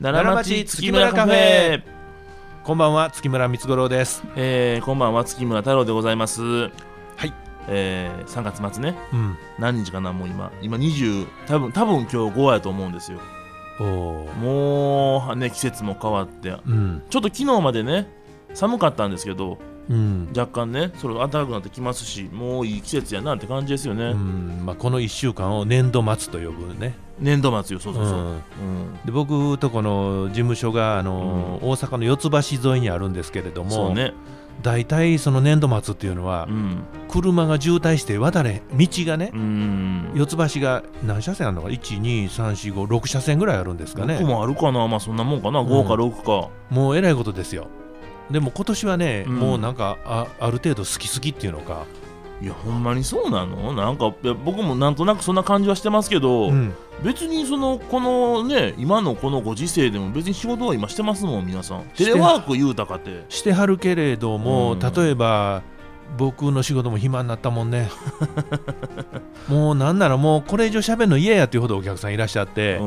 奈良町月村カフェ、こんばんは月村光五郎ですえー、こんばんは月村太郎でございますはいえー、3月末ねうん何日かなもう今今20多分多分今日5やと思うんですよおおもうね季節も変わってちょっうんと昨日までね寒かったんですけどうん、若干ねそれ暖かくなってきますしもういい季節やなって感じですよね、うんまあ、この1週間を年度末と呼ぶね年度末よそうそうそう、うんうんで僕とこの事務所があの、大阪の四つ橋沿いにあるんですけれどそもうね大体その年度末っていうのはう、ん車が渋滞して渡れ道がねう、ん四つ橋が何車線あるのか12345車線ぐらいあるんですかね僕もあるかなまあそんなもんかなうん5か6か、もうえらいことですよでも今年はね、うんもうなんかあある程度好き好きっていうのか、いやほんまにそうなのなんかいや僕もなんとなくそんな感じはしてますけど、うん別にそのこのね今のこのご時世でも別に仕事は今してますもん皆さんしてテレワーク言うたかてしてはるけれども、うん例えば僕の仕事も暇になったもんね もうなんならもうこれ以上喋るの嫌やっていうほどお客さんいらっしゃって、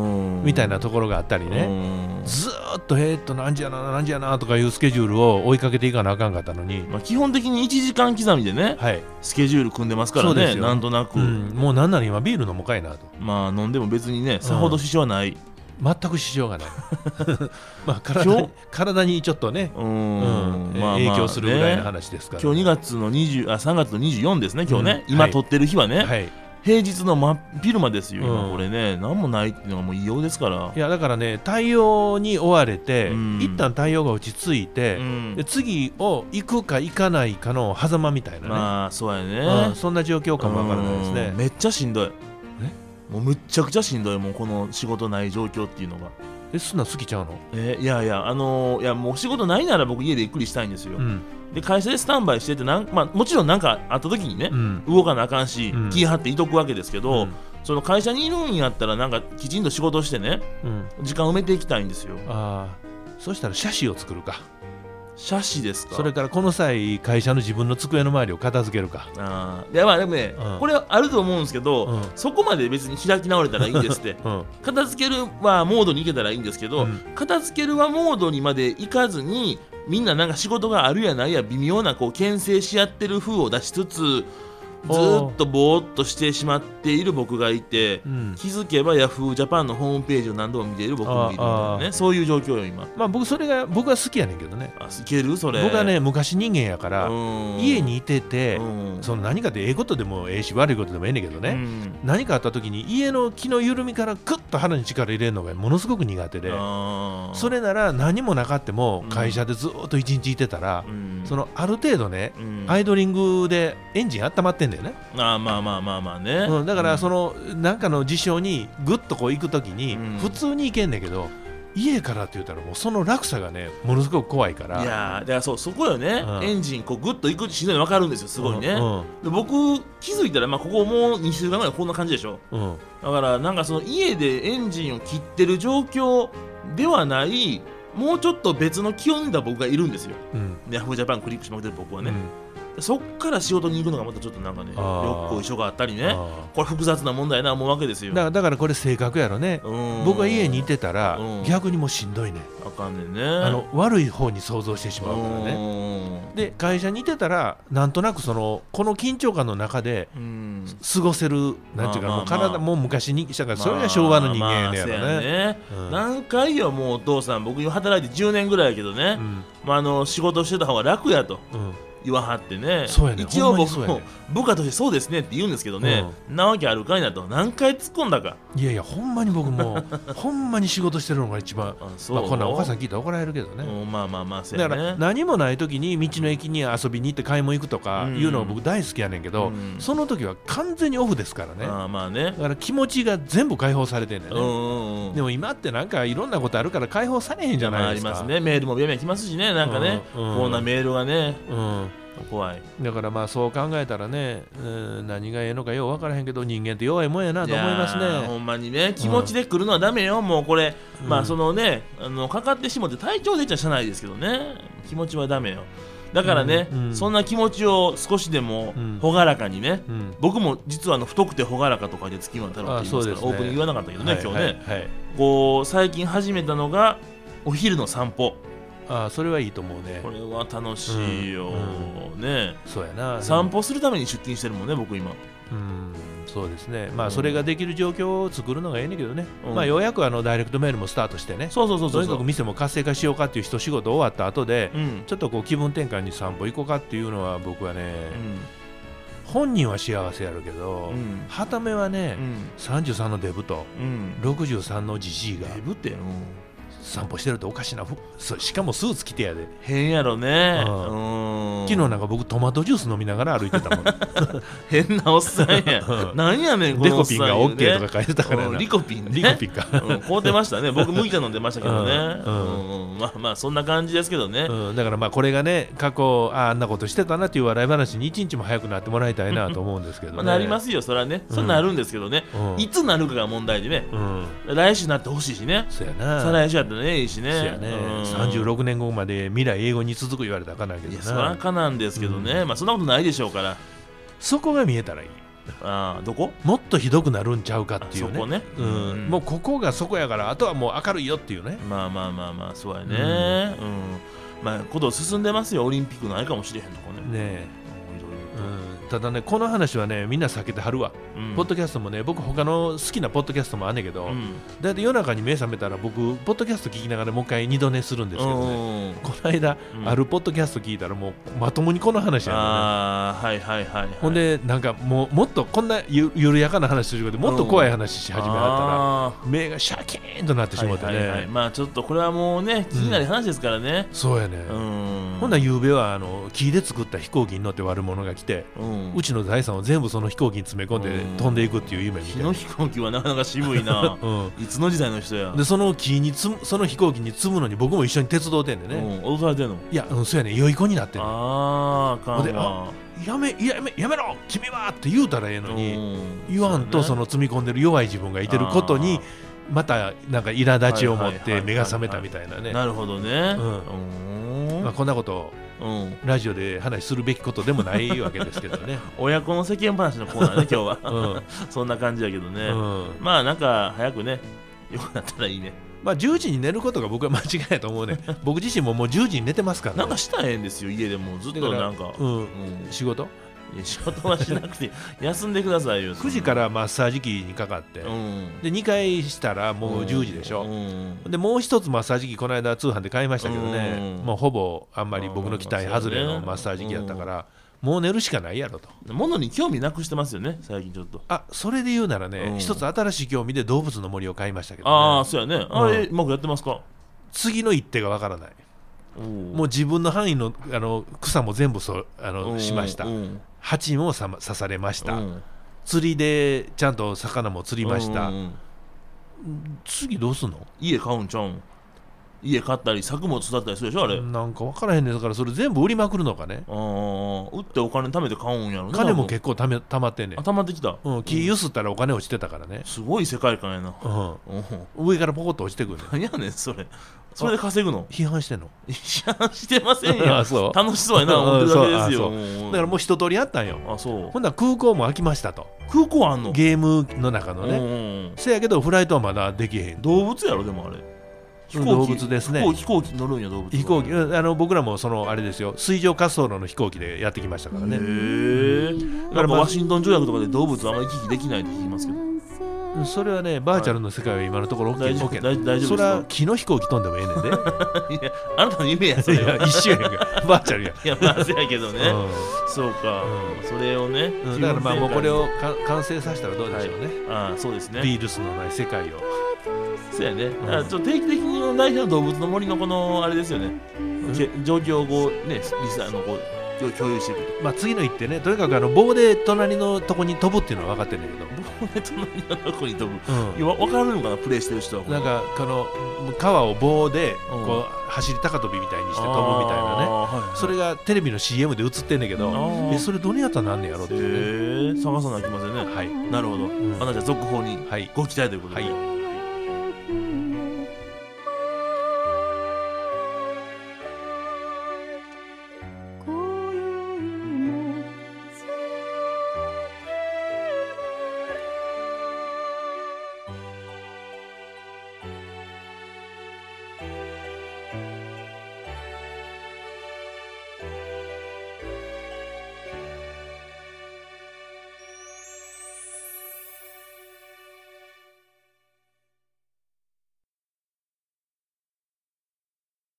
みたいなとこころがあったりね、ねずーっと「えーっと何時やな何時やな」とかいうスケジュールを追いかけていかなあかんかったのに、まあ、基本的に1時間刻みでねはい、スケジュール組んでますからそうでねすよなんとなく、うん、もうなんなら今ビール飲もうかいなとまあ飲んでも別にねさほど支障はない、全く支障 がないまあ今体日に体にちょっとね、ううんんまあまあ影響するぐらいのね話ですから、今日2月の20あ3月の24ですね今日ね、うん今はい撮ってる日はね、はい、平日の真っ昼間ですよ、う今んこれね何もないっていうのがもう異様ですからいやだからね対応に追われて、うん一旦対応が落ち着いて、うんで次を行くか行かないかの狭間みたいなね、まあそうやね、うんそんな状況かもわからないですうんねめっちゃしんどいもうむっちゃくちゃしんどいもうこの仕事ない状況っていうのがえそんなん好きちゃうの、えーいやいやあのーいやもう仕事ないなら僕家でゆっくりしたいんですよ、うんで会社でスタンバイしててなん、まあ、もちろん何かあった時にねう、ん動かなあかんし、うん気張っていとくわけですけど、うんその会社にいるんやったらなんかきちんと仕事してねうん、時間埋めていきたいんですよあーそしたら写真を作るか写真ですかそれからこの際会社の自分の机の周りを片付けるかあーいやまあでもね、うんこれはあると思うんですけど、うんそこまで別に開き直れたらいいんですって うん片付けるはモードに行けたらいいんですけど、うん片付けるはモードにまで行かずにみんななんか仕事があるやないや微妙なこう牽制し合ってる風を出しつつずーっとぼーっとしてしまっている僕がいてうん気づけば Yahoo!JAPAN のホームページを何度も見ている僕もいるみたいなあねそういう状況よ今まあ僕それが僕は好きやねんけどねあいけるそれ僕はね昔人間やから、家家にいてて、うんその何かでええことでもええし悪いことでもええねんけどね、うん何かあった時に家の気の緩みからグッと腹に力入れるのがものすごく苦手であーそれなら何もなかってもうん会社でずっと一日いてたらう、んそのある程度ねうんアイドリングでエンジン温まってんだよね、あーまあまあまあまあね、うん、だからそのの何かの事象にグッとこう行く時にうん普通に行けんだけど家からって言ったらもうその落差がねものすごく怖いかいらやーだからそうそこよね、うんエンジンこうグッといくしんどいの分かるんですよすごいね、うんで僕気づいたら、まあ、ここもう2週間ぐらいこんな感じでしょうんだからなんかその家でエンジンを切ってる状況ではないもうちょっと別の気を抜いた僕がいるんですようんでヤフージャパンクリックしまくってる僕はうね、んでそっから仕事に行くのがまたちょっとなんかねあよーっこいしょがあったりあねーこれ複雑な問題やな思うわけですよだからだからこれ性格やろねうん僕は家にいてたらうん逆にもうしんどいねあかんねんねあの悪い方に想像してしまうからねねで会社にいてたらなんとなくそのこの緊張感の中でうん過ごせるなんていうまあかもうまあまあ体もう昔にしたからそれが昭和の人まあま間やねあやせろねやねうん何回よもうお父さん僕働いて10年ぐらいやけどね、うんまあ、あの仕事してた方が楽やとうん言わはってねそうやね一応ほんまに僕そうやもね部下としてそうですねって言うんですけどね、なわけあるかいなと何回突っ込んだかいやいやほんまに僕 もほんまに仕事してるのが一番あそう、まあこんなんお母さんね聞いたら怒られるけどねまあまあまあそうだやかねら何もない時に道の駅に遊びに行って買い物行くとかいうのが僕大好きやねんけどうんその時は完全にオフですからねああまあねだから気持ちが全部解放されてんだうんうよねんうんでも今ってなんかいろんなことあるから解放されへんじゃまあなあいでりすかますねメールもビャビャ来ますしねなんかね、うんうんこんなメールがねうん怖いだからまあそう考えたらね、うん、何がええのかよう分からへんけど人間って弱いもんやなと思いますいやーほね。んまにね気持ちで来るのはダメよ、もうこれ、うんまあそのねあのかかってしもって体調出ちゃしゃないですけどね気持ちはダメよだからね、うんうんそんな気持ちを少しでもうん朗らかにね、うん僕も実はあの太くて朗らかとかで月村太郎って言いますからあそうですねオープニング言わなかったけどね、今日ね、はいはいはいこう最近始めたのがお昼の散歩あーそれはいいと思うねこれは楽しいよ、うねそうやな散歩するために出勤してるもんね僕今うんそうですねまうんあそれができる状況を作るのがいいんだけどね、うんまあようやくあのダイレクトメールもスタートしてねそうそうそうそとうにかく店も活性化しようかっていう一仕事終わった後で、うん、ちょっとこう気分転換に散歩行こうかっていうのは僕はね、うん本人は幸せやるけど、うんはためはね、うん33のデブとうん63のじじいがデブって、うん、散歩してるとおかしいなふそうしかもスーツ着てやで変やろねううん昨日なんか僕トマトジュース飲みながら歩いて たもん変なおっさんや うんなんやねんこデのおコっさピんンが OK とかか書いてたからやなリコピンねリコピンか、うん、凍ってましたね僕麦茶飲んでましたけどね、ううんんまあまあそんな感じですけどね、 うん、だからまあこれがね過去ああんなことしてたなという笑い話に一日も早くなってもらいたいなと思うんですけど、ねまあ、なりますよそれはねそれなるんですけどね、うん、いつなるかが問題でねうん、来週になってほしいしねそうやな再来週やったらねいいしねそうやね、うん36年後まで未来英語に続く言われたらあかんないけいどやそらなかなんですけどね、まあそんなことないでしょうからそこが見えたらいいああどこもっとひどくなるんちゃうかっていうあそこねねうんうんもうここがそこやからあとはもう明るいよっていうねまあまあまあまあそうやねうん、まあこと進んでますよオリンピックのあれかもしれへんとこねねえ、うんいろいうん、ただねこの話はねみんな避けてはるわ、ろうんポッドキャストもね僕他の好きなポッドキャストもあんねんけど、うんだいたい夜中に目覚めたら僕ポッドキャスト聞きながらもう一回二度寝するんですけどねうんこの間、うんあるポッドキャスト聞いたらもうまともにこの話やねんねああはいはいはい、はい、ほんでなんかもうもっとこんなゆ緩やかな話することでもっと怖い話し始めはあったら目がシャキーンとなってーしまってはいはいはいねまあちょっとこれはもうね気になる話ですからねそうやねうん、ほんならゆうべはあの木で作った飛行機に乗って悪者が来てうんうちの財産を全部その飛行機に詰め込んうんで飛んでいくっていう夢み日たいのな飛行機はなかなか渋いな うんいつの時代の人やでその木に積むその飛行機に積むのに僕も一緒に鉄道でんでねうん、脅されてんのいやうんそうやね良い子になってんねあーあかんほんでわやめやめやめろ君はって言うたらええのにうん言わんとその積み込んでる弱い自分がいてることにまたなんか苛立ちを持っはいはいはいはてい目が覚めたみたいなあーね、なるほどねううんまあ、こんなことをうんラジオで話するべきことでもないわけですけどね。親子の世間話のコーナ ーね今日うはん そんな感じやけどねうんまあなんか早くねよくなったらいいねまあ、10時に寝ることが僕は間違いやと思うね僕自身ももう10時に寝てますからねなんかしたらええんですよ家でもうずっとなんかうんうん仕事いや仕事はしなくて休んでくださいよ9時からマッサージ機にかかって、うんで2回したらもう10時でしょ、でもう一つマッサージ機この間通販で買いましたけどね、うんもうほぼあんまり僕の期待外れのマッサージ機やったから、もう寝るしかないやろとものに興味なくしてますよね最近ちょっとあそれで言うならね、うん一つ新しい興味で動物の森を買いましたけど、ね、ああそうやねあれううまくやってますか次の一手がわからないももう自分の範囲のあの草も全部そあのしました蜂もさま刺されました、釣りでちゃんと魚も釣りました、次どうすんの家買うんちゃうん家買ったり作物育ったりするでしょあれなんか分からへんねんだからそれ全部売りまくるのかねああ売ってお金貯めて買うんやろね金多も分結構ためたまってんねんあ、溜まってきたうん、木ゆすったらお金落ちてたからね、すごい世界観やなうん、うん上からポコッと落ちてくるねん何やねんそれそれで稼ぐの批判してんの批判してませんよ あそう楽しそうやな思ってるだけですようんだだからもう一通りあったんよあそうほんなら空港も飽きましたと空港あんのゲームの中のうんねうんうんせやけどフライトはまだできへん動物やろでもあれ飛行機動物ですね飛行機飛行機乗るんや動物飛行機うんあの僕らもそのあれですよ水上滑走路の飛行機でやってきましたかへらね、えだからワシントン条約とかで動物あんまり行き来できないって聞きますけどうんそれはねバーチャルの世界は今のところ OK 大丈夫大 OK 大丈夫そでれはす木の飛行機飛んでもええねんでかいやあなたの夢や それ いはや一緒やんかバーチャルや、いやまあそうやけどねうそうかうそれをねんうんだからまあもうこれをか完成させたらどうでしょうね、ああそうですねビールスのない世界をそうやねだからちょっと定期的にの代表の動物の森のこのあれですよねけ状況をこうねリスナーのこう共有していくまあ、次の一手ねとにかくあの棒で隣のとこに飛ぶっていうのは分かってんだけこれ隣のとこに飛ぶど、うんいやわ分かるのかなプレイしてる人はなんかこの川を棒でうんこう走り高跳びみたいにして飛ぶみたいなねねそれがテレビの CM で映ってんだけあどーえそれどれやったらなんねやろっていうねへえ探さなきゃいけませんねはいなるほど、んあなたじゃあ続報にはいご期待ということで、はい